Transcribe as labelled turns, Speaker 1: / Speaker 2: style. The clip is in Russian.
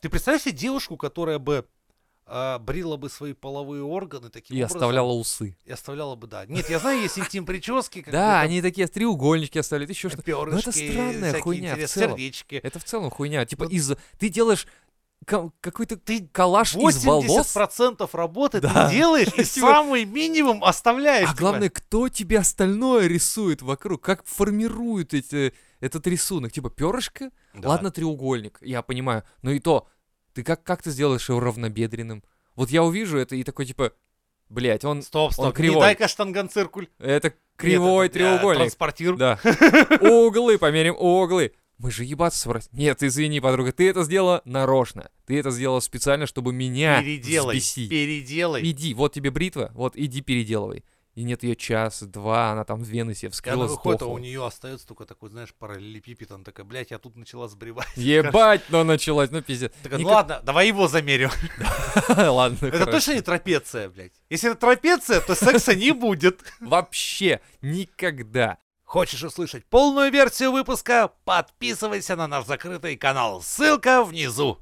Speaker 1: Ты представляешь себе девушку, которая бы а, брила бы свои половые органы таким
Speaker 2: И
Speaker 1: образом?
Speaker 2: оставляла усы.
Speaker 1: И оставляла бы, да. Нет, я знаю, есть интим-прически. как бы
Speaker 2: Да,
Speaker 1: там
Speaker 2: они такие треугольнички оставляют, еще что это
Speaker 1: пёрышки,
Speaker 2: странная
Speaker 1: всякие
Speaker 2: хуйня в
Speaker 1: интерес-
Speaker 2: целом.
Speaker 1: Сердечки.
Speaker 2: Это в целом хуйня. Типа
Speaker 1: Ну,
Speaker 2: из... Ты делаешь ка- какой-то
Speaker 1: Ты
Speaker 2: калаш из волос.
Speaker 1: 80% работы
Speaker 2: Да.
Speaker 1: ты делаешь и
Speaker 2: Типа-
Speaker 1: самый минимум оставляешь.
Speaker 2: А
Speaker 1: типа.
Speaker 2: главное, кто тебе остальное рисует вокруг? Как формируют эти, этот рисунок? Типа перышко?
Speaker 1: Да.
Speaker 2: Ладно, треугольник, я понимаю. Но и то, ты как, как ты сделаешь его равнобедренным? Вот я увижу это и такой, типа, блять, он...
Speaker 1: Стоп, стоп.
Speaker 2: кривой.
Speaker 1: Не дай-ка штангенциркуль.
Speaker 2: Это кривой
Speaker 1: Нет, это, э,
Speaker 2: треугольник.
Speaker 1: Транспортир.
Speaker 2: Да. Углы, померим углы. Мы же ебаться собрались. Нет, извини, подруга, ты это сделала нарочно. Ты это сделала специально, чтобы меня
Speaker 1: Переделай.
Speaker 2: взбесить.
Speaker 1: Переделай.
Speaker 2: Иди, вот тебе бритва, вот иди переделывай. И нет ее час, два, она там вены
Speaker 1: И
Speaker 2: себе
Speaker 1: она
Speaker 2: вскрыла,
Speaker 1: выходит, а у
Speaker 2: сдохла.
Speaker 1: нее остается только такой, знаешь, параллелепипед. Она такая, блядь, я тут начала сбривать.
Speaker 2: Ебать, но началась, ну пиздец.
Speaker 1: Такая, ну
Speaker 2: Никак-
Speaker 1: ладно, давай его замерю.
Speaker 2: Ладно,
Speaker 1: Это
Speaker 2: хорошо.
Speaker 1: точно не трапеция, блядь. Если это трапеция, то секса не будет.
Speaker 2: Вообще никогда.
Speaker 1: Хочешь услышать полную версию выпуска? Подписывайся на наш закрытый канал. Ссылка внизу.